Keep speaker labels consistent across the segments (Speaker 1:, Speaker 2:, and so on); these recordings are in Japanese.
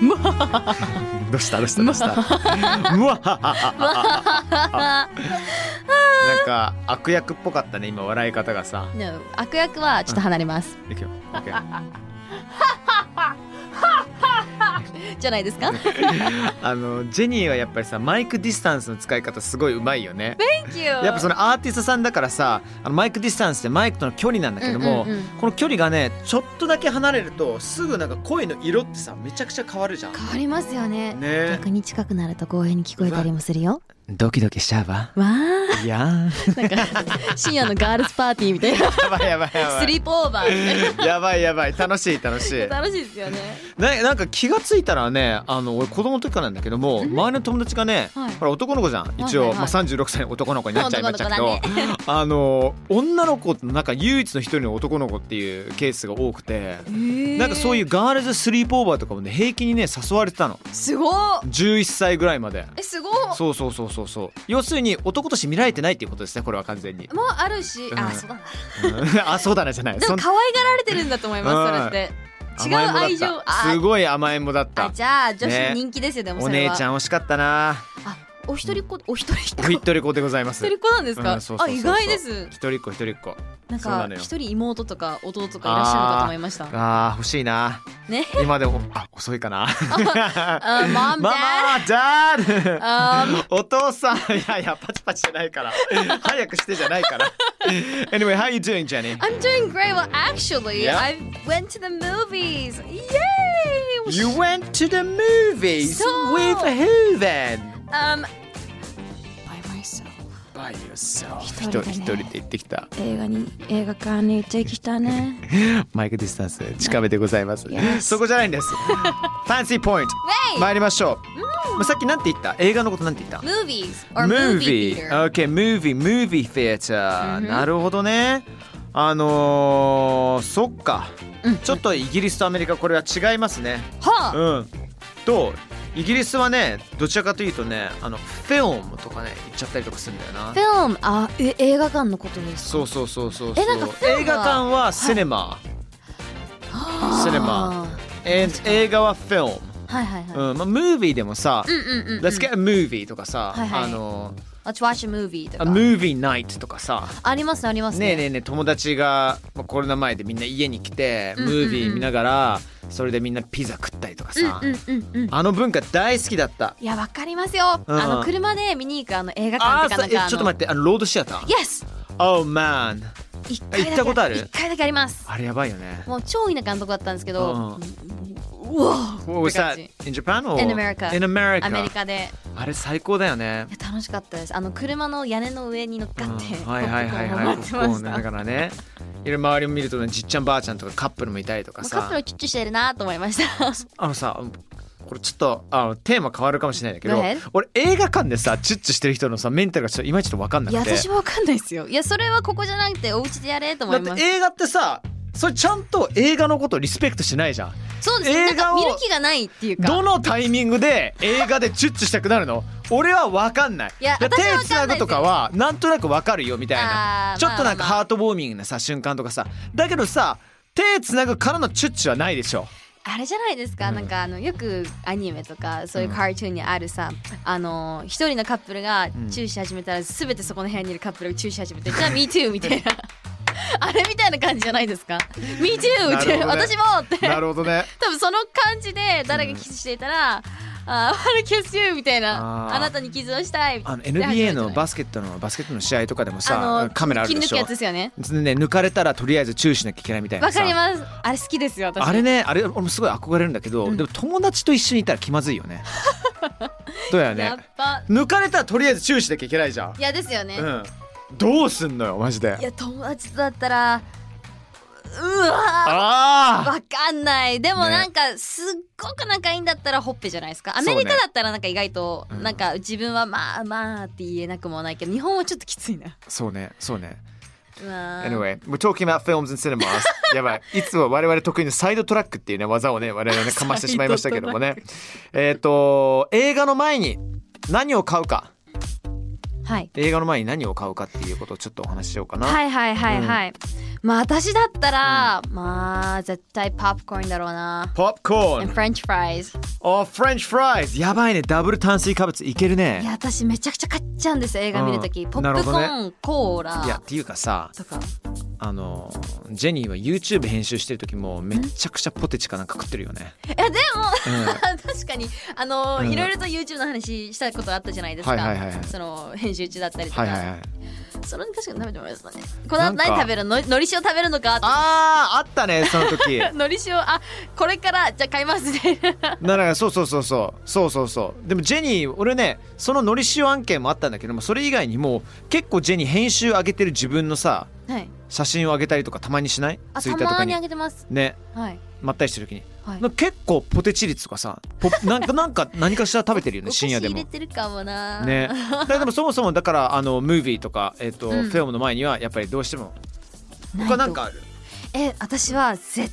Speaker 1: どうしたどうしたどう したうわなんか悪役っぽかったね今笑い方がさ。
Speaker 2: No 悪役はちょっと離 れます、
Speaker 1: いくよ。OK
Speaker 2: じゃないです か Thank
Speaker 1: あのジェニーはやっぱりさマイクディスタンスの使い方すごいうまいよね。
Speaker 2: you
Speaker 1: やっぱそのアーティストさんだからさあのマイクディスタンスってマイクとの距離なんだけども、
Speaker 2: うんうんうん
Speaker 1: この距離がねちょっとだけ離れるとすぐなんか声の色ってさめちゃくちゃ変わるじゃん。
Speaker 2: 変わりますよね
Speaker 1: ね
Speaker 2: 逆に近くなると公園に聞こえたりもするよ
Speaker 1: ドキドキしちゃうわ。
Speaker 2: わあ
Speaker 1: いやー
Speaker 2: なんか深夜のガールズパーティーみたいな
Speaker 1: やばいやばいやば
Speaker 2: ス
Speaker 1: い。
Speaker 2: リープオーバーみたい
Speaker 1: やばいやばい楽しい楽しい
Speaker 2: な楽しいですよね
Speaker 1: ななんか気がついたらねあの俺子供の時からなんだけども周りの友達がね、
Speaker 2: はい
Speaker 1: ほら男の子じゃん一
Speaker 2: は
Speaker 1: 応、
Speaker 2: いはい
Speaker 1: まあ、36歳の男の子になっちゃいましたけど、
Speaker 2: 男の
Speaker 1: あの女の子の中唯一の一人の男の子っていうケースが多くて、なんかそういうガールズスリープオーバーとかもね平気にね誘われてたの
Speaker 2: すごっ
Speaker 1: 11歳ぐらいまで。
Speaker 2: えすごっ
Speaker 1: そうそうそうそうそう要するに男として見られてないっていうことですねこれは完 全に
Speaker 2: もうあるし、
Speaker 1: うん
Speaker 2: あそうだな
Speaker 1: あそうだなじゃない
Speaker 2: で
Speaker 1: そ
Speaker 2: も
Speaker 1: ん
Speaker 2: 可愛がられてるんだと思います
Speaker 1: うん
Speaker 2: それって違う
Speaker 1: 甘えん坊だった
Speaker 2: 愛情あ
Speaker 1: すごい甘えん坊だっ
Speaker 2: あ
Speaker 1: た
Speaker 2: じゃあ女
Speaker 1: ね
Speaker 2: 子人気ですよ、でも
Speaker 1: お
Speaker 2: それ
Speaker 1: 姉
Speaker 2: は
Speaker 1: ちゃん惜しかったな
Speaker 2: あお一人っ子お一人っ
Speaker 1: お
Speaker 2: 子
Speaker 1: 一人っ子でございま
Speaker 2: 一
Speaker 1: す
Speaker 2: 人っ子なんですか、
Speaker 1: うんそうそうそうそう
Speaker 2: あ意外です
Speaker 1: 一人っ子一人っ子
Speaker 2: なん
Speaker 1: そうな
Speaker 2: か
Speaker 1: のよ
Speaker 2: 一人妹とか弟とかいらっしゃるかと思いましたあ
Speaker 1: あー欲しいな、
Speaker 2: ね
Speaker 1: 今でもあ遅いかな
Speaker 2: あマ
Speaker 1: マ
Speaker 2: ン
Speaker 1: マダード
Speaker 2: あー
Speaker 1: お父さんいやいやパチパチじゃないから早くしてじゃないから Anyway how you doing Jenny?
Speaker 2: I'm doing great. Well, actually,
Speaker 1: Yeah.
Speaker 2: I went to the movies. Yay!
Speaker 1: You went to the movies
Speaker 2: So-
Speaker 1: with who then?
Speaker 2: um, by myself.
Speaker 1: By yourself
Speaker 2: 一人でね
Speaker 1: 一人で行ってきた
Speaker 2: 映画に映画館に行ってきたね。
Speaker 1: マイクディスタンス近めでございます
Speaker 2: Yes
Speaker 1: そこじゃないんです Fancy point 参りましょう、まあさっきなんて言った映画のことなんて言った
Speaker 2: Movies or movie theater.
Speaker 1: Okay, movie, movie theater. なるほどね。あのー、そっか、ちょっとイギリスとアメリカこれは違いますね。
Speaker 2: はあ。
Speaker 1: うん。とイギリスはねどちらかというとねあのフィルムとかね言っちゃったりとかするんだよな。
Speaker 2: Film あえ映画館のことですか。
Speaker 1: そうそうそうそうそう。
Speaker 2: えなんかフィルムは
Speaker 1: 映画館はシネマ、シネマ。え映画はフィルム。
Speaker 2: はいはいはい。
Speaker 1: うんまあ、ムービーでもさ、
Speaker 2: うんうんうんうん。
Speaker 1: Let's get a movie とかさ、
Speaker 2: はいはい
Speaker 1: あの
Speaker 2: Let's watch a movie と
Speaker 1: a
Speaker 2: か。
Speaker 1: movie night とかさ、
Speaker 2: ありますねあります
Speaker 1: ね
Speaker 2: ね。
Speaker 1: えねえねえ友達がまあコロナ前でみんな家に来て
Speaker 2: う
Speaker 1: ム
Speaker 2: んうんうん
Speaker 1: ービー見ながらそれでみんなピザ食ったりとかさ
Speaker 2: うんうんうんうん。
Speaker 1: あの文化大好きだった
Speaker 2: いやわかりますよ。
Speaker 1: うん
Speaker 2: あの車で見に行くあの映画
Speaker 1: あ
Speaker 2: 館
Speaker 1: あーそう
Speaker 2: とかな
Speaker 1: んえ
Speaker 2: かあの。
Speaker 1: ちょっと待ってあのロードシアター
Speaker 2: Yes。
Speaker 1: Oh man
Speaker 2: 一回だけ
Speaker 1: 行ったことある
Speaker 2: 一回だけあります。
Speaker 1: あれやばいよね
Speaker 2: もう超田舎のとこだったんですけど、
Speaker 1: う
Speaker 2: うん
Speaker 1: What was
Speaker 2: わって
Speaker 1: that
Speaker 2: 感じ
Speaker 1: in Japan or
Speaker 2: In America
Speaker 1: in America
Speaker 2: アメリカで
Speaker 1: あれ最高だよね
Speaker 2: いや楽しかったですあの車の屋根の上に乗っかって、
Speaker 1: うんはいはいはいはい
Speaker 2: ポップ
Speaker 1: こ
Speaker 2: コーンを
Speaker 1: う
Speaker 2: 持ってま
Speaker 1: だ
Speaker 2: した、
Speaker 1: からねいろいろ周りを見るとねじっちゃんばあちゃんとかカップルもいたりとか
Speaker 2: もうカップ
Speaker 1: さ
Speaker 2: ルチュッチュしてるなと思いました
Speaker 1: あのさこれちょっとあのテーマ変わるかもしれないんだけど
Speaker 2: Go ahead
Speaker 1: 俺映画館でさチュッチュしてる人のさメンタルがちょっといまいちちょっと分かんないくて
Speaker 2: や私もわかんないですよいやそれはここじゃなくてお家でやれと思
Speaker 1: だ
Speaker 2: いま
Speaker 1: っ
Speaker 2: す
Speaker 1: て映画ってさそれちゃんと映画のことをリスペクトしないじゃん
Speaker 2: そうですねな
Speaker 1: 映
Speaker 2: ん
Speaker 1: 画
Speaker 2: か
Speaker 1: を
Speaker 2: 見る気がないっていう
Speaker 1: ど
Speaker 2: か
Speaker 1: のタイミングで映画でチュッチュしたくなるの俺は分かんない
Speaker 2: いや
Speaker 1: で
Speaker 2: 私は
Speaker 1: 手
Speaker 2: 分
Speaker 1: つ
Speaker 2: か
Speaker 1: なんぐ
Speaker 2: ないです
Speaker 1: とかはなんとなく分かるよみたいな
Speaker 2: あー
Speaker 1: ちょっとなんか
Speaker 2: まあまあ
Speaker 1: ハートウォーミングなさ瞬間とかさだけどさ手つなぐからのチュッチュはないでしょ
Speaker 2: ああれじゃないですか、
Speaker 1: うん
Speaker 2: なんかあのよくアニメとかそういうカートゥーンにあるさ、あの一人のカップルが
Speaker 1: ん
Speaker 2: 注視始めたらすべてそこの部屋にいるカップルが注視始めて、じゃあ Me too みたいな あれみたいな感じじゃないですか Me too
Speaker 1: な
Speaker 2: っ
Speaker 1: る
Speaker 2: て、
Speaker 1: ほどね
Speaker 2: 私もって
Speaker 1: なるほどね
Speaker 2: 多分その感じで誰がキスしていたら、あー、I wanna kiss you みたいな
Speaker 1: あ
Speaker 2: あ
Speaker 1: ー
Speaker 2: なたにキスをしたいみた
Speaker 1: あ
Speaker 2: い
Speaker 1: の
Speaker 2: な
Speaker 1: NBA のバ
Speaker 2: ス
Speaker 1: スケットのバスケットの試合とかでも
Speaker 2: あ
Speaker 1: さ
Speaker 2: の
Speaker 1: カメラある
Speaker 2: 切
Speaker 1: で
Speaker 2: り抜
Speaker 1: し
Speaker 2: く
Speaker 1: ょ
Speaker 2: やつですよね
Speaker 1: でね抜かれたらとりあえず注意しなきゃいけないみたいな
Speaker 2: わ
Speaker 1: さ
Speaker 2: かりますあれ好きですよ私
Speaker 1: あれねあれ俺もすごい憧れるんだけど、でも友達と一緒にいたら気まずいよ ねそうやね
Speaker 2: やっぱ
Speaker 1: 抜かれたらとりあえず注意しなきゃいけないじゃん
Speaker 2: いやですよね、
Speaker 1: うんどうすんのよマジで
Speaker 2: いや友達とだったらうわー
Speaker 1: あ
Speaker 2: わかんないでも
Speaker 1: ね
Speaker 2: なんかすっごく仲いいんだったらほっぺじゃないですかアメリカ
Speaker 1: そうね
Speaker 2: だったらなんか意外と
Speaker 1: うん
Speaker 2: なんか自分はまあまあって言えなくもないけど日本はちょっときついな
Speaker 1: あそうねそうね
Speaker 2: うわー
Speaker 1: Anyway we're talking about films and cinemas やばいいつも我々得意のサイドトラックっていうね技をね我 々ねかましてしまいましたけどもねえっと映画の前に何を買うか
Speaker 2: はい
Speaker 1: 映画の前に何を買うかっていうことをちょっとお話ししようかな、
Speaker 2: はいはいはいはい、まあ私だったら、まあ絶対ポップコーンだろうな
Speaker 1: ポップコ
Speaker 2: and
Speaker 1: ーン
Speaker 2: French fries
Speaker 1: おフレンチフライズやばいねダブル炭水化物いけるね
Speaker 2: いや私めちゃくちゃ買っちゃうんですよ映画見るとき、
Speaker 1: うん
Speaker 2: ポップコ
Speaker 1: なる
Speaker 2: ーン、コー
Speaker 1: いやっ
Speaker 2: ラ
Speaker 1: ていうかさ
Speaker 2: とか
Speaker 1: あのジェニーは YouTube 編集してる時もめちゃくちゃポテチかなんか食ってるよね、
Speaker 2: いやでも
Speaker 1: うん、
Speaker 2: 確かにあの、
Speaker 1: うん
Speaker 2: いろいろと YouTube の話したことあったじゃないですか、
Speaker 1: はいはいはいはい
Speaker 2: その編集中だったりとか、
Speaker 1: はいはいはい
Speaker 2: その確かに食べてもらいましたねこの
Speaker 1: な
Speaker 2: 後
Speaker 1: んか
Speaker 2: 何食べるののり塩食べるのかって
Speaker 1: あーあったねその時
Speaker 2: のり塩あこれからじゃあ買いますね
Speaker 1: ならそうそうそうそうそうそうそうでもジェニー俺ねそののり塩案件もあったんだけどもそれ以外にも結構ジェニー編集上げてる自分のさ
Speaker 2: はい
Speaker 1: 写真を上げたりとかたまにしない
Speaker 2: あ
Speaker 1: ツ
Speaker 2: た
Speaker 1: イッ
Speaker 2: ま
Speaker 1: ターとか
Speaker 2: ー
Speaker 1: に
Speaker 2: にあげてます
Speaker 1: ね
Speaker 2: はい
Speaker 1: まったりしてる時に、
Speaker 2: はい
Speaker 1: なんか結構ポテチ率とか さポなんかなんか何かしら食べてるよね
Speaker 2: お菓子
Speaker 1: 深夜で
Speaker 2: 入
Speaker 1: も
Speaker 2: れてるかもな、
Speaker 1: ね、だからでもそもそもだからあのムービーとか、えっと
Speaker 2: うん
Speaker 1: フィルムの前にはやっぱりどうしても
Speaker 2: ないと
Speaker 1: 他なんかある
Speaker 2: え私は絶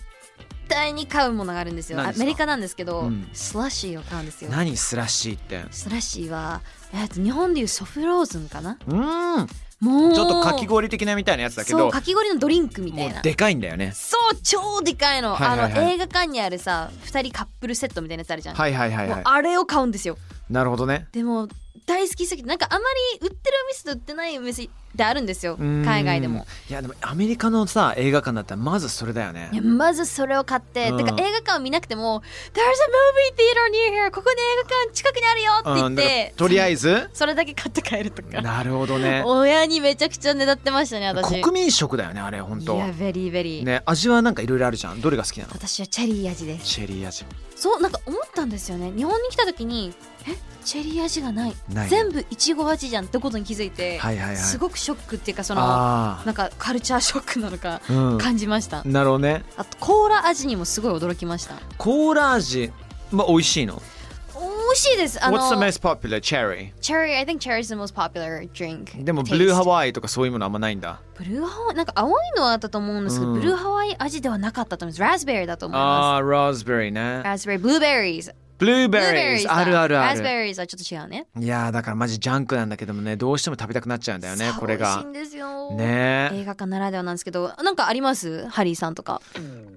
Speaker 2: 対に買うものがあるんですよ
Speaker 1: 何で
Speaker 2: ア
Speaker 1: すか
Speaker 2: メリカなんですけど、
Speaker 1: うん
Speaker 2: スラッシーを買うんですよ
Speaker 1: 何スラッシーってう
Speaker 2: スラッシーはえっと日本でいうソフローズンかな
Speaker 1: ーんち
Speaker 2: もう
Speaker 1: ょっとかき氷的なみたいなやつだけ
Speaker 2: そ
Speaker 1: ど
Speaker 2: うかき氷のドリンクみた
Speaker 1: も
Speaker 2: いな
Speaker 1: うでかいんだよね
Speaker 2: そう超でかいの、
Speaker 1: はいはいはい
Speaker 2: あの映画館にあるさ2人カップルセットみたいなやつあるじゃん、
Speaker 1: はいはいはい
Speaker 2: も
Speaker 1: は
Speaker 2: う
Speaker 1: い
Speaker 2: あれを買うんですよ
Speaker 1: なるほどね
Speaker 2: でも大好きすぎてなんかあまり売ってるお店と売ってないお店ってあるんですよ
Speaker 1: うーん
Speaker 2: 海外でも
Speaker 1: いやでもアメリカのさ映画館だったらまずそれだよね
Speaker 2: いやまずそれを買って、
Speaker 1: うん
Speaker 2: てか映画館を見なくても「There's a movie theater near here ここに映画館近くにあるよ」って
Speaker 1: う
Speaker 2: 言っ
Speaker 1: んだから
Speaker 2: て、
Speaker 1: とりあえず
Speaker 2: それだけ買って帰るとか
Speaker 1: なるほどね
Speaker 2: 親にめちゃくちゃねだってましたね 私
Speaker 1: 国民食だよねあれ本
Speaker 2: い
Speaker 1: 当
Speaker 2: やベリーベリー、
Speaker 1: ね味はなんかいろいろあるじゃんどれが好きなの
Speaker 2: 私はチェリー味です
Speaker 1: チェリー味
Speaker 2: そうなんか思ったんですよね日本に来た時にえチェリー味がない
Speaker 1: ない
Speaker 2: 全部いちご味じゃんってことに気づいて、
Speaker 1: はいはいはい
Speaker 2: すごくショックっていうかその
Speaker 1: あ
Speaker 2: なんかカルチャーショックなのか
Speaker 1: あうん
Speaker 2: 感じました、
Speaker 1: なるほどね
Speaker 2: あとコーラ味にもすごい驚きました
Speaker 1: コーラ味まあ美味しいの
Speaker 2: 美味しいですあの
Speaker 1: What's the most popular cherry?
Speaker 2: チェリー I think cherry is the most popular drink
Speaker 1: でもブルーハ
Speaker 2: イ
Speaker 1: ワイとかそういうものあんまないんだ。
Speaker 2: ブルーハワイなんか青いのはあったと思うんですけど、
Speaker 1: うん
Speaker 2: ブルーハワイ味ではなかったと思いますラズベリーだと思いま
Speaker 1: ああ、ラズベリー
Speaker 2: す
Speaker 1: ね。
Speaker 2: ラズベリーブルーベリーズ
Speaker 1: ブルー
Speaker 2: ブ
Speaker 1: ベ
Speaker 2: ル
Speaker 1: リ
Speaker 2: ーベ
Speaker 1: ー
Speaker 2: リー
Speaker 1: あるあるあ
Speaker 2: ラズベ
Speaker 1: る。
Speaker 2: リーズはちょっと違うね
Speaker 1: いやーだからマジジャンクなんだけどもね、どうしても食べたくなっちゃうんだよね、
Speaker 2: そう
Speaker 1: これ
Speaker 2: 美味し
Speaker 1: が
Speaker 2: いん。ですよ
Speaker 1: ね
Speaker 2: 映画館ならではなんですけどなんかありますハリーさんとか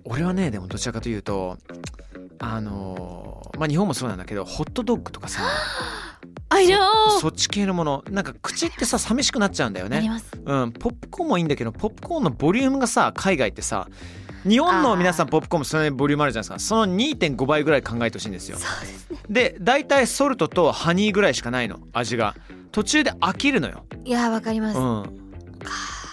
Speaker 1: 俺はね、でもどちらかというと、あのー、まあ日本もそうなんだけど、ホットドッグとか さ、
Speaker 2: I know
Speaker 1: そっち系のもの、なんか口ってさ、寂しくなっちゃうんだよ
Speaker 2: あり
Speaker 1: ね。
Speaker 2: ます
Speaker 1: うん、ポップコーンもいいんだけど、ポップコーンのボリュームがさ、海外ってさ、日本の皆さんポップコーンもそれなりにボリュームあるじゃないですか。その2.5倍ぐらい考えてほしいんですよ。
Speaker 2: そうですね
Speaker 1: で大体ソルトとハニーぐらいしかないの味が途中で飽きるのよ、
Speaker 2: いやわかります、
Speaker 1: うん、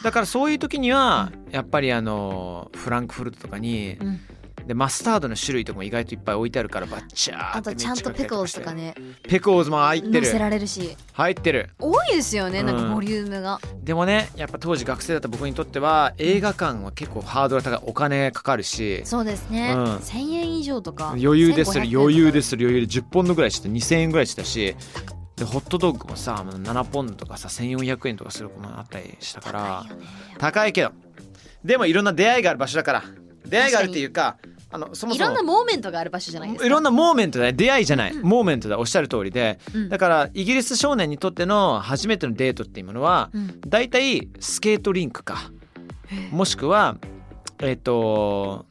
Speaker 1: だからそういう時にはやっぱりあのフランクフルトとかに
Speaker 2: うん
Speaker 1: でマスタードの種類とかも意外といっぱい置いてあるからバッチャー
Speaker 2: あ
Speaker 1: って
Speaker 2: とちゃんとペコースとか
Speaker 1: めっちゃかけたりして
Speaker 2: ね
Speaker 1: ペコーズも入って
Speaker 2: 乗せ
Speaker 1: る
Speaker 2: られるし
Speaker 1: 入ってる
Speaker 2: 多いですよね
Speaker 1: うん
Speaker 2: なんかボリュームが、
Speaker 1: でもねやっぱ当時学生だった僕にとっては映画館は結構ハードルが高いお金かかるし
Speaker 2: そうですね、
Speaker 1: うん
Speaker 2: 1000円以上とか
Speaker 1: 余裕です
Speaker 2: 1500
Speaker 1: る余裕ですする余裕で10ポンドぐらいして2000円ぐらいしたしでホットドッグもさもう7ポンドとかさ1400円とかするものあったりしたから
Speaker 2: 高いよね
Speaker 1: 高いけどでもいろんな出会いがある場所だから出会いがあるっていうかあのそも
Speaker 2: い
Speaker 1: そ
Speaker 2: ろんな
Speaker 1: も
Speaker 2: モーメントがある場所じゃないですか
Speaker 1: いろんなモーメントだよ出会いじゃない、モーメントだおっしゃる通りで、
Speaker 2: うん
Speaker 1: だからイギリス少年にとっての初めてのデートっていうものは、
Speaker 2: うん
Speaker 1: だいたいスケートリンクかもしくはえっ、と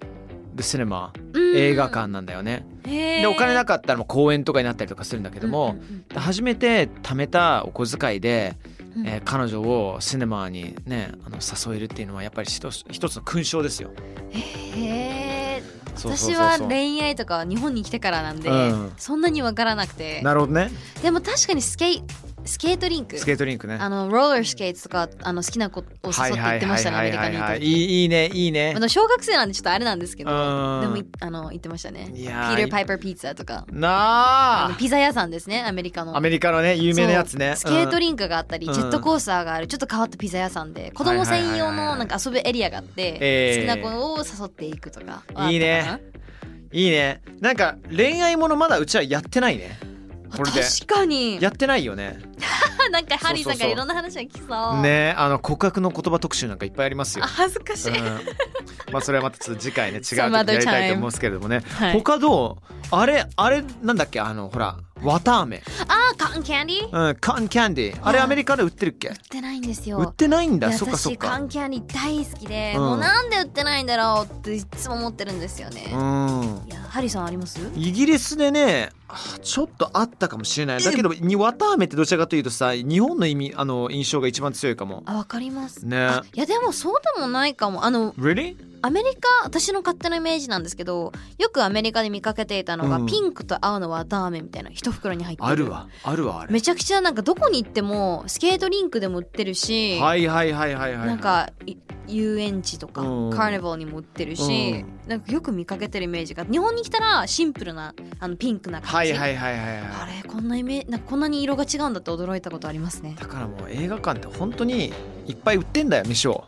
Speaker 1: the cinema
Speaker 2: うん
Speaker 1: 映画館なんだよね。
Speaker 2: へー
Speaker 1: でお金なかったらもう公園とかになったりとかするんだけども、
Speaker 2: うんうんうん
Speaker 1: で初めて貯めたお小遣いで、
Speaker 2: うん
Speaker 1: えー彼女をシネマにねあの誘えるっていうのはやっぱり一つ一つの勲章ですよ。
Speaker 2: へー
Speaker 1: そうそう
Speaker 2: 私
Speaker 1: そう
Speaker 2: は
Speaker 1: そう
Speaker 2: 恋愛とかは日本に来てからなんで、
Speaker 1: うん
Speaker 2: そんなにわからなくて
Speaker 1: なるほどね
Speaker 2: でも確かにスケイスケートリンク
Speaker 1: スケートリンクね。
Speaker 2: あのローラースケートとかあの好きな子を誘って行ってましたねアメリカにいた
Speaker 1: い
Speaker 2: 時
Speaker 1: いいいねいいね
Speaker 2: あ。の小学生なんでちょっとあれなんですけ
Speaker 1: う
Speaker 2: ど
Speaker 1: ん
Speaker 2: でもいあの行ってましたね
Speaker 1: い
Speaker 2: ピ
Speaker 1: やー
Speaker 2: ーター・パイパー・ピッツァとかあ
Speaker 1: な
Speaker 2: の
Speaker 1: あ
Speaker 2: ピザ屋さんですねアメリカの
Speaker 1: アメリカのね有名なやつね。
Speaker 2: そうスケート
Speaker 1: ン
Speaker 2: リンクがあったり、
Speaker 1: うん
Speaker 2: ジェットコースターがあるちょっと変わったピザ屋さんで子供専用のなんか遊ぶエリアがあって、
Speaker 1: ええ
Speaker 2: 好きな子を誘っていくとかはあったかない
Speaker 1: いねクいいね。なんか恋愛ものまだうちはやってないね。
Speaker 2: あ
Speaker 1: これで
Speaker 2: 確かに
Speaker 1: やってないよね。
Speaker 2: なんかハリーさんか
Speaker 1: そうそ
Speaker 2: ら
Speaker 1: うそう
Speaker 2: いろんな話が来そう
Speaker 1: ねあの告白の言葉特集なんかいっぱいありますよ
Speaker 2: あ。恥ずかしい、
Speaker 1: うんまあそれはまたちょっと次回 ね違う時
Speaker 2: Some
Speaker 1: にや
Speaker 2: other
Speaker 1: りたいと思うんですけれどもね、
Speaker 2: はい
Speaker 1: 他どうあれあれなんだっけあのほら綿飴
Speaker 2: あーカンキャンディー売
Speaker 1: うんカンキャンディーあれ
Speaker 2: あー
Speaker 1: アメリカで売ってるっけ
Speaker 2: ってないんです
Speaker 1: 売っ
Speaker 2: よ
Speaker 1: てないん
Speaker 2: い
Speaker 1: だ
Speaker 2: や
Speaker 1: そっかそっ
Speaker 2: 私カ
Speaker 1: か
Speaker 2: ンキャンディー大好きで、
Speaker 1: うん
Speaker 2: もうなんで売ってないんだろうっていつも思ってるんですよね、
Speaker 1: うん
Speaker 2: いやハリーさんあります
Speaker 1: イギリスでねあちょっとあったかもしれないだけどに綿飴ってどちらかというとさ日本の意味あの印象が一番強いかも
Speaker 2: あわかります
Speaker 1: ね
Speaker 2: あいやでもそうでもないかもあの
Speaker 1: Really?
Speaker 2: アメリカ私の勝手なイメージなんですけどよくアメリカで見かけていたのが、
Speaker 1: うん
Speaker 2: ピンクと青の綿飴みたいな一袋に入ってる
Speaker 1: あるわあるわあれ
Speaker 2: めちゃくちゃなんかどこに行ってもスケートリンクでも売ってるし、
Speaker 1: はいはいはいはいはいはい
Speaker 2: なんかい遊園地とか、
Speaker 1: うん
Speaker 2: カーニバルにも売ってるし、なんかよく見かけてるイメージが日本に来たらシンプルなあのピンクな
Speaker 1: は
Speaker 2: 感
Speaker 1: い
Speaker 2: じ、
Speaker 1: はいはいはいはい
Speaker 2: あれこんなイメなんかこんなに色が違うんだって驚いたことありますね
Speaker 1: だからもう映画館って本当にいっぱい売ってんだよ飯 を。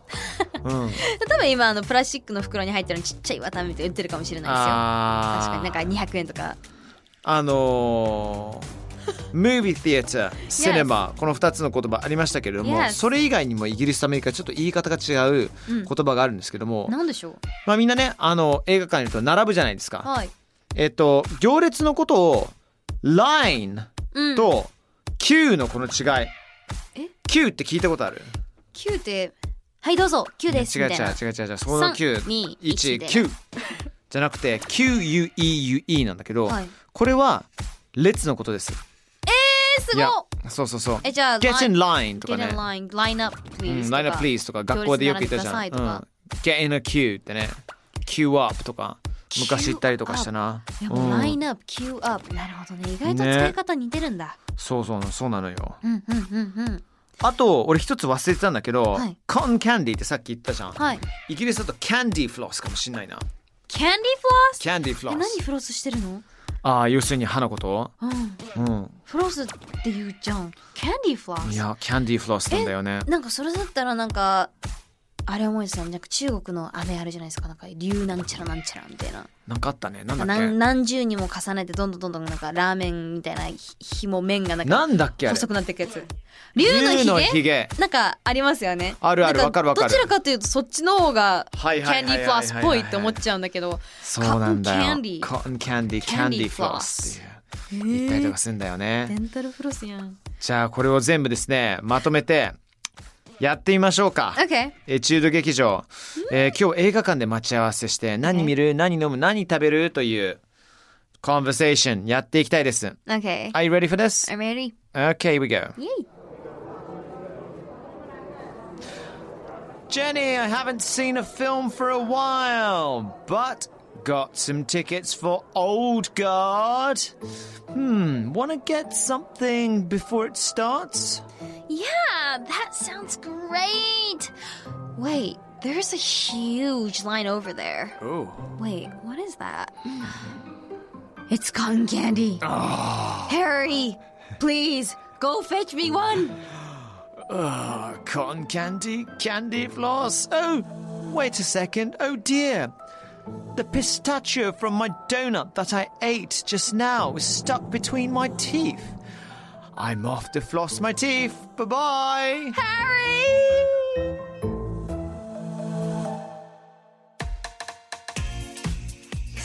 Speaker 1: うん、
Speaker 2: 多分今あのプラスチックの袋に入ってるのちっちゃい綿飴って売ってるかもしれないですよ
Speaker 1: あ
Speaker 2: 確
Speaker 1: ー
Speaker 2: かになんか200円とか
Speaker 1: あのー、movie theater、cinema この2つの言葉ありましたけれども、
Speaker 2: Yes
Speaker 1: それ以外にもイギリスとアメリカちょっと言い方が違う
Speaker 2: う
Speaker 1: 言
Speaker 2: ん
Speaker 1: 葉があるんですけども、
Speaker 2: なんでしょう
Speaker 1: まあみんなねあの映画館にいると並ぶじゃないですか。
Speaker 2: はい、
Speaker 1: えっ、と行列のことを line
Speaker 2: うん、
Speaker 1: と queue のこの違い
Speaker 2: え。
Speaker 1: queue って聞いたことある？
Speaker 2: 9ってはいどうぞ9です
Speaker 1: 違う違
Speaker 2: み
Speaker 1: う
Speaker 2: たいな
Speaker 1: 違う違う違う。そこの queue
Speaker 2: 321
Speaker 1: 19じゃなくて QUEUE なんだけど、
Speaker 2: はい
Speaker 1: これは列のことです。
Speaker 2: えーす
Speaker 1: いや
Speaker 2: ごっ
Speaker 1: そうそうそう。
Speaker 2: えじゃあ
Speaker 1: Get in line とか
Speaker 2: Get
Speaker 1: ね
Speaker 2: in。line line up
Speaker 1: うん
Speaker 2: please とか
Speaker 1: Line up please とか学校でよく言ったじゃん。
Speaker 2: 行列並んでくださいとか
Speaker 1: うん Get in a queue ってね。Queue up とか
Speaker 2: Queue
Speaker 1: 昔言ったりとかしたな。
Speaker 2: いや
Speaker 1: う
Speaker 2: も
Speaker 1: ん
Speaker 2: う line up queue up なるほどね意外と
Speaker 1: ね
Speaker 2: 使い方似てるんだ、
Speaker 1: そうそうそうなのよ。
Speaker 2: うんうんうんうん
Speaker 1: あと俺一つ忘れてたんだけど、
Speaker 2: はい
Speaker 1: Cotton candy ってさっき言ったじゃん。
Speaker 2: はい
Speaker 1: イギリスだと Candy floss かもしんないな。
Speaker 2: キャンディフロ
Speaker 1: Candy
Speaker 2: ス
Speaker 1: floss。
Speaker 2: え何フロスしてるの
Speaker 1: ああ要するに歯のこと。
Speaker 2: うん
Speaker 1: うん。
Speaker 2: フロスって言うじゃんキャンディフロ
Speaker 1: い
Speaker 2: ス
Speaker 1: や Candy floss なんだよね。
Speaker 2: なんかそれだったらなんかあれ思いですねなんか中国の飴あるじゃないですかなんか竜なんちゃらなんちゃらみたいな
Speaker 1: なんかあったね。なんだっけ。
Speaker 2: 何何重にも重ねてどんどんどんどんなんかラーメンみたいなひひも麺がなんか
Speaker 1: なんだっけあれ
Speaker 2: 細くなっていくやつ竜のひ
Speaker 1: 竜
Speaker 2: げ
Speaker 1: のひげ
Speaker 2: なんかありますよね
Speaker 1: あるある
Speaker 2: なん
Speaker 1: わかるわかる
Speaker 2: どちらかというとそっちの方がキ
Speaker 1: はいはいはい
Speaker 2: ャンディーフラスっぽいって思っちゃうんだけど
Speaker 1: そうなんだよ
Speaker 2: Cotton candy
Speaker 1: Cotton candy candy
Speaker 2: Candy
Speaker 1: floss っていう言ったりとかするんだよ
Speaker 2: デ
Speaker 1: ね
Speaker 2: ンタルフロスやん
Speaker 1: じゃあこれを全部ですねまとめてやってみましょうか
Speaker 2: OK
Speaker 1: エチュード劇場、えー今日映画館で待ち合わせして何見る何飲む何食べるというコンバセーションやっていきたいです
Speaker 2: OK
Speaker 1: Are you ready for this?
Speaker 2: I'm ready
Speaker 1: Okay, here we go.
Speaker 2: Yay
Speaker 1: Jenny, I haven't seen a film for a while, but got some tickets for Old Guard. Hmm, want to get something before it starts?
Speaker 2: Yeah that sounds great Wait there's a huge line over there
Speaker 1: Oh.
Speaker 2: Wait, what is that? It's cotton candy. Harry, please go fetch me one.
Speaker 1: Uh, cotton candy, candy floss. Oh, wait a second. Oh dear. The pistachio from my donut that I ate just now is stuck between my teeth. I'm off to floss my teeth. Bye bye.
Speaker 2: Harry!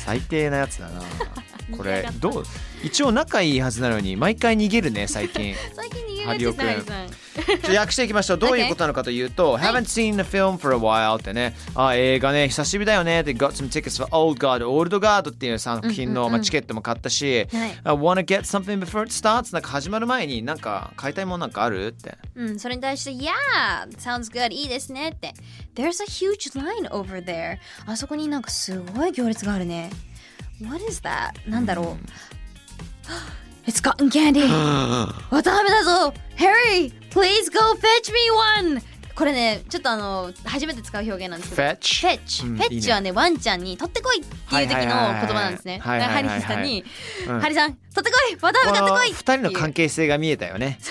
Speaker 1: 最低なやつだ な。これどう一応仲いいはずなのに毎回逃げるね最近。
Speaker 2: 最近逃げ
Speaker 1: ハリ
Speaker 2: る
Speaker 1: オ
Speaker 2: やつ
Speaker 1: くん
Speaker 2: ないじゃん。
Speaker 1: ちょっと訳していきまし ょう。どういうことなのかというと、Haven't seen a film for a while ってね、あ映画ね、久しぶりだよねって、Got some tickets for Old God、Old God っていう作品の、まあ、チケットも買ったし、I wanna get something before it starts なんか始まる前になんか買いたいもんなんかあるって。
Speaker 2: うん、それに対して、Yeah! Sounds good! いいですねって。There's a huge line over there. あそこになんかすごい行列があるね。What is that? なんだろう ?It's cotton candy! 渡辺だぞ !Harry! Please go fetch me one! これね、ちょっとあの、初めて使う表現なんですけど。
Speaker 1: Fetch?
Speaker 2: フェッチ、
Speaker 1: うん
Speaker 2: フェッチはねワンちゃんに取ってこいっていう時の言葉なんですね。だ
Speaker 1: は
Speaker 2: か
Speaker 1: い
Speaker 2: ら
Speaker 1: は
Speaker 2: ハ
Speaker 1: い
Speaker 2: リ
Speaker 1: はいはい
Speaker 2: ーさんに、
Speaker 1: うん
Speaker 2: ハリーさん取ってこい、渡
Speaker 1: こ
Speaker 2: 辺
Speaker 1: の
Speaker 2: 買ってこい。
Speaker 1: 2人の関係性が見えたよね。ジ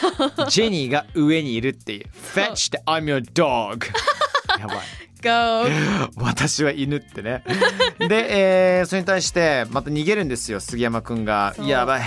Speaker 1: ェニーが上にいるっていう。Fetch って I'm your dog。やばい。
Speaker 2: Go。
Speaker 1: 私は犬って ねで、えーそれに対してまた逃げるんですよ杉山くんが
Speaker 2: そう
Speaker 1: やばい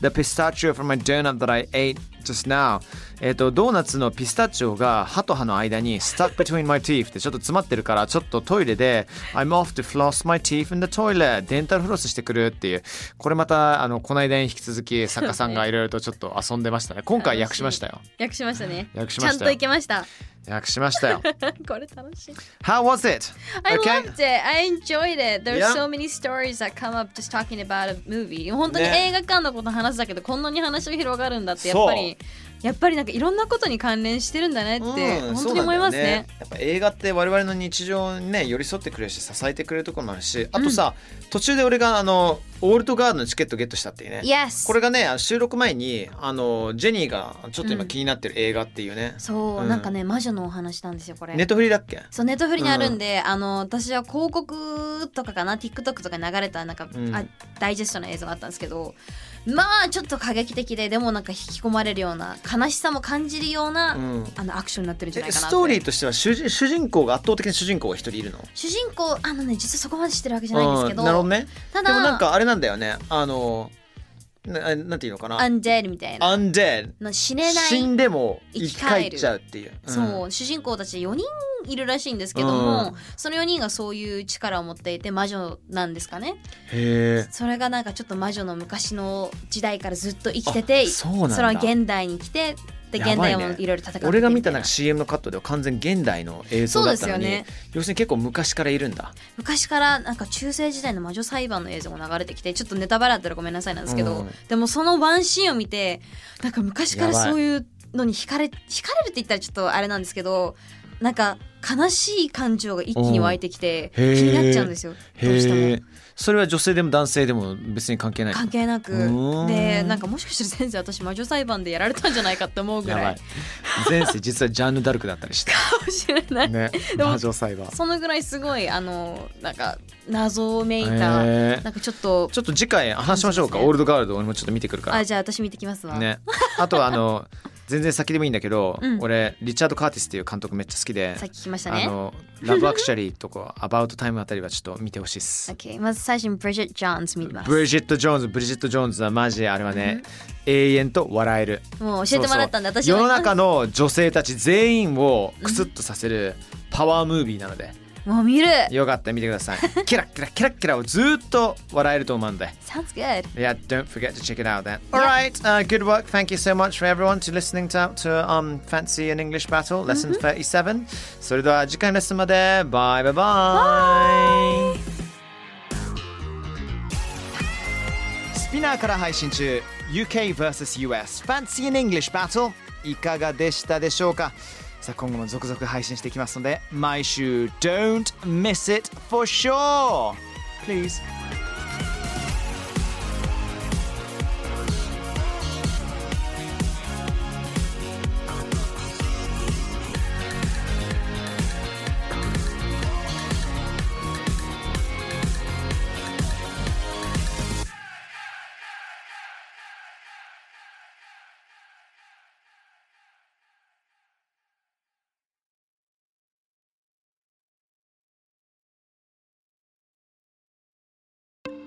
Speaker 1: The pistachio from my donut that I ate just now えっ、とドーナツのピスタチオが歯と歯の間に stuck between my teeth ってちょっと詰まってるからちょっとトイレで I'm off to floss my teeth in the toilet デンタルフロスしてくるっていうこれまたあのこの間に引き続き作家さんがいろいろとちょっと遊んでましたね今回訳しましたよ
Speaker 2: 訳しましたね。
Speaker 1: 訳しましたよ
Speaker 2: ちゃんといけました。
Speaker 1: 訳しましたよ
Speaker 2: これ楽しい。
Speaker 1: How was it?
Speaker 2: I loved it. I enjoyed it. There's
Speaker 1: Yeah.
Speaker 2: so many stories that come up just talking about a movie. 本当に
Speaker 1: ね
Speaker 2: 映画館のこと話すだけど、こんなに話が広がるんだってや
Speaker 1: そう
Speaker 2: っぱり。やっぱりなんかいろんなことに関連してるんだねって、
Speaker 1: うん
Speaker 2: 本当に思い
Speaker 1: そうなん
Speaker 2: ます
Speaker 1: だよ
Speaker 2: ね。
Speaker 1: やっぱ映画って我々の日常にね寄り添ってくれるし支えてくれるところもあるしあとさ、途中で俺があのオールドガードのチケットゲットしたっていうね
Speaker 2: Yes
Speaker 1: これがねあの収録前にあのジェニーがちょっと今気になってる映画っていうね、
Speaker 2: そう、
Speaker 1: うん
Speaker 2: なんかね魔女のお話なんですよこれ。
Speaker 1: ネットフリだっけ
Speaker 2: そうネットフリにあるんで、あの私は広告とかかな TikTok とかに流れたなんか、
Speaker 1: うん
Speaker 2: あダイジェストの映像があったんですけどまあちょっと過激的ででもなんか引き込まれるような悲しさも感じるような、
Speaker 1: うん
Speaker 2: あのアクションになってるんじゃない
Speaker 1: え
Speaker 2: かな
Speaker 1: ス
Speaker 2: って
Speaker 1: トーリーとしては主人主人公が圧倒的な主人公が一人いるの
Speaker 2: 主人公あのね実はそこまでしてるわけじゃないんですけど,、
Speaker 1: うんなるほどね
Speaker 2: た
Speaker 1: で
Speaker 2: だ
Speaker 1: もなんかあれなんだよねあのななんていうのか
Speaker 2: ア
Speaker 1: な
Speaker 2: ンデルみたいな
Speaker 1: アンデ
Speaker 2: の死
Speaker 1: ッ
Speaker 2: ねない
Speaker 1: 死んでも生
Speaker 2: 生
Speaker 1: き
Speaker 2: き返
Speaker 1: 返
Speaker 2: る
Speaker 1: っちゃうっていう、うん
Speaker 2: そう主人公たち4人いるらしいんですけども、その4人がそういう力を持っていて魔女なんですかね
Speaker 1: へえ
Speaker 2: それがなんかちょっと魔女の昔の時代からずっと生きてて
Speaker 1: あそうなんだ
Speaker 2: それは現代に来てで
Speaker 1: や
Speaker 2: 現
Speaker 1: ば
Speaker 2: 代
Speaker 1: いね
Speaker 2: をいろいろ戦って
Speaker 1: 俺が見た
Speaker 2: み
Speaker 1: ないんか CM のカットでは完全現代の映像だったのに、
Speaker 2: そうですよね
Speaker 1: 要するに結構昔からいるんだ
Speaker 2: 昔からなんか中世時代の魔女裁判の映像も流れてきてちょっとネタバレだったらごめんなさいなんですけど、
Speaker 1: うん
Speaker 2: でもそのワンシーンを見てなんか昔から
Speaker 1: やばい
Speaker 2: そういうのに惹かれ惹かれるって言ったらちょっとあれなんですけどなんか悲しい感情が一気に湧いてきて気
Speaker 1: うんへー
Speaker 2: になっちゃうんですよどうしても
Speaker 1: それは女性でも男性でも別に関係ない
Speaker 2: 関係なく
Speaker 1: うん
Speaker 2: でなんかもしかしたら先生私魔女裁判でやられたんじゃないかって思うぐ
Speaker 1: や
Speaker 2: ら
Speaker 1: ば
Speaker 2: い
Speaker 1: い前世実はジャンヌ・ダルクだったりして
Speaker 2: かもしれない、
Speaker 1: ね
Speaker 2: でも
Speaker 1: 魔女裁判
Speaker 2: そのぐらいすごいあのなんか謎めいた、
Speaker 1: へー
Speaker 2: なんかちょっと
Speaker 1: ちょっと次回話しましょうか、
Speaker 2: そうですね
Speaker 1: オールドガールド俺もちょっと見てくるか
Speaker 2: あ
Speaker 1: ら
Speaker 2: じゃあ私見てきますわ、
Speaker 1: ねあとはあの全然先でもいいんだけど、
Speaker 2: うん
Speaker 1: 俺リチャード・カーティスっていう監督めっちゃ好きで
Speaker 2: さっき聞きまし
Speaker 1: あ
Speaker 2: たね
Speaker 1: のラブ・アクシャリーとかアバウト・タイムあたりはちょっと見てほしいっす
Speaker 2: OK まず最初にブリジット・ジョーンズ見てます
Speaker 1: ブリジット・ジョーンズブリジット・ジョーンズはマジであれはね、永遠と笑える
Speaker 2: もう教えてもらったんで
Speaker 1: そう
Speaker 2: 私
Speaker 1: そう
Speaker 2: は
Speaker 1: 世の中の女性たち全員をクスッとさせるパワームービーなので、
Speaker 2: もう見る
Speaker 1: よかったら見てくだ さいキラッキラキラッキラをずーっと笑えると思うんで
Speaker 2: Sounds good
Speaker 1: Yeah, don't forget to check it out then. All right, uh, good work. Thank you so much for everyone to listening to, to um, Fancy an English Battle, Lesson 37. それでは次回のレッスンまで。バイバイバイスピナーから配信中 UK vs.US Fancy an English Battle いかがでしたでしょうかさあ今後も続々配信していきますので毎週 Don't miss it for sure! Please!
Speaker 3: Podcast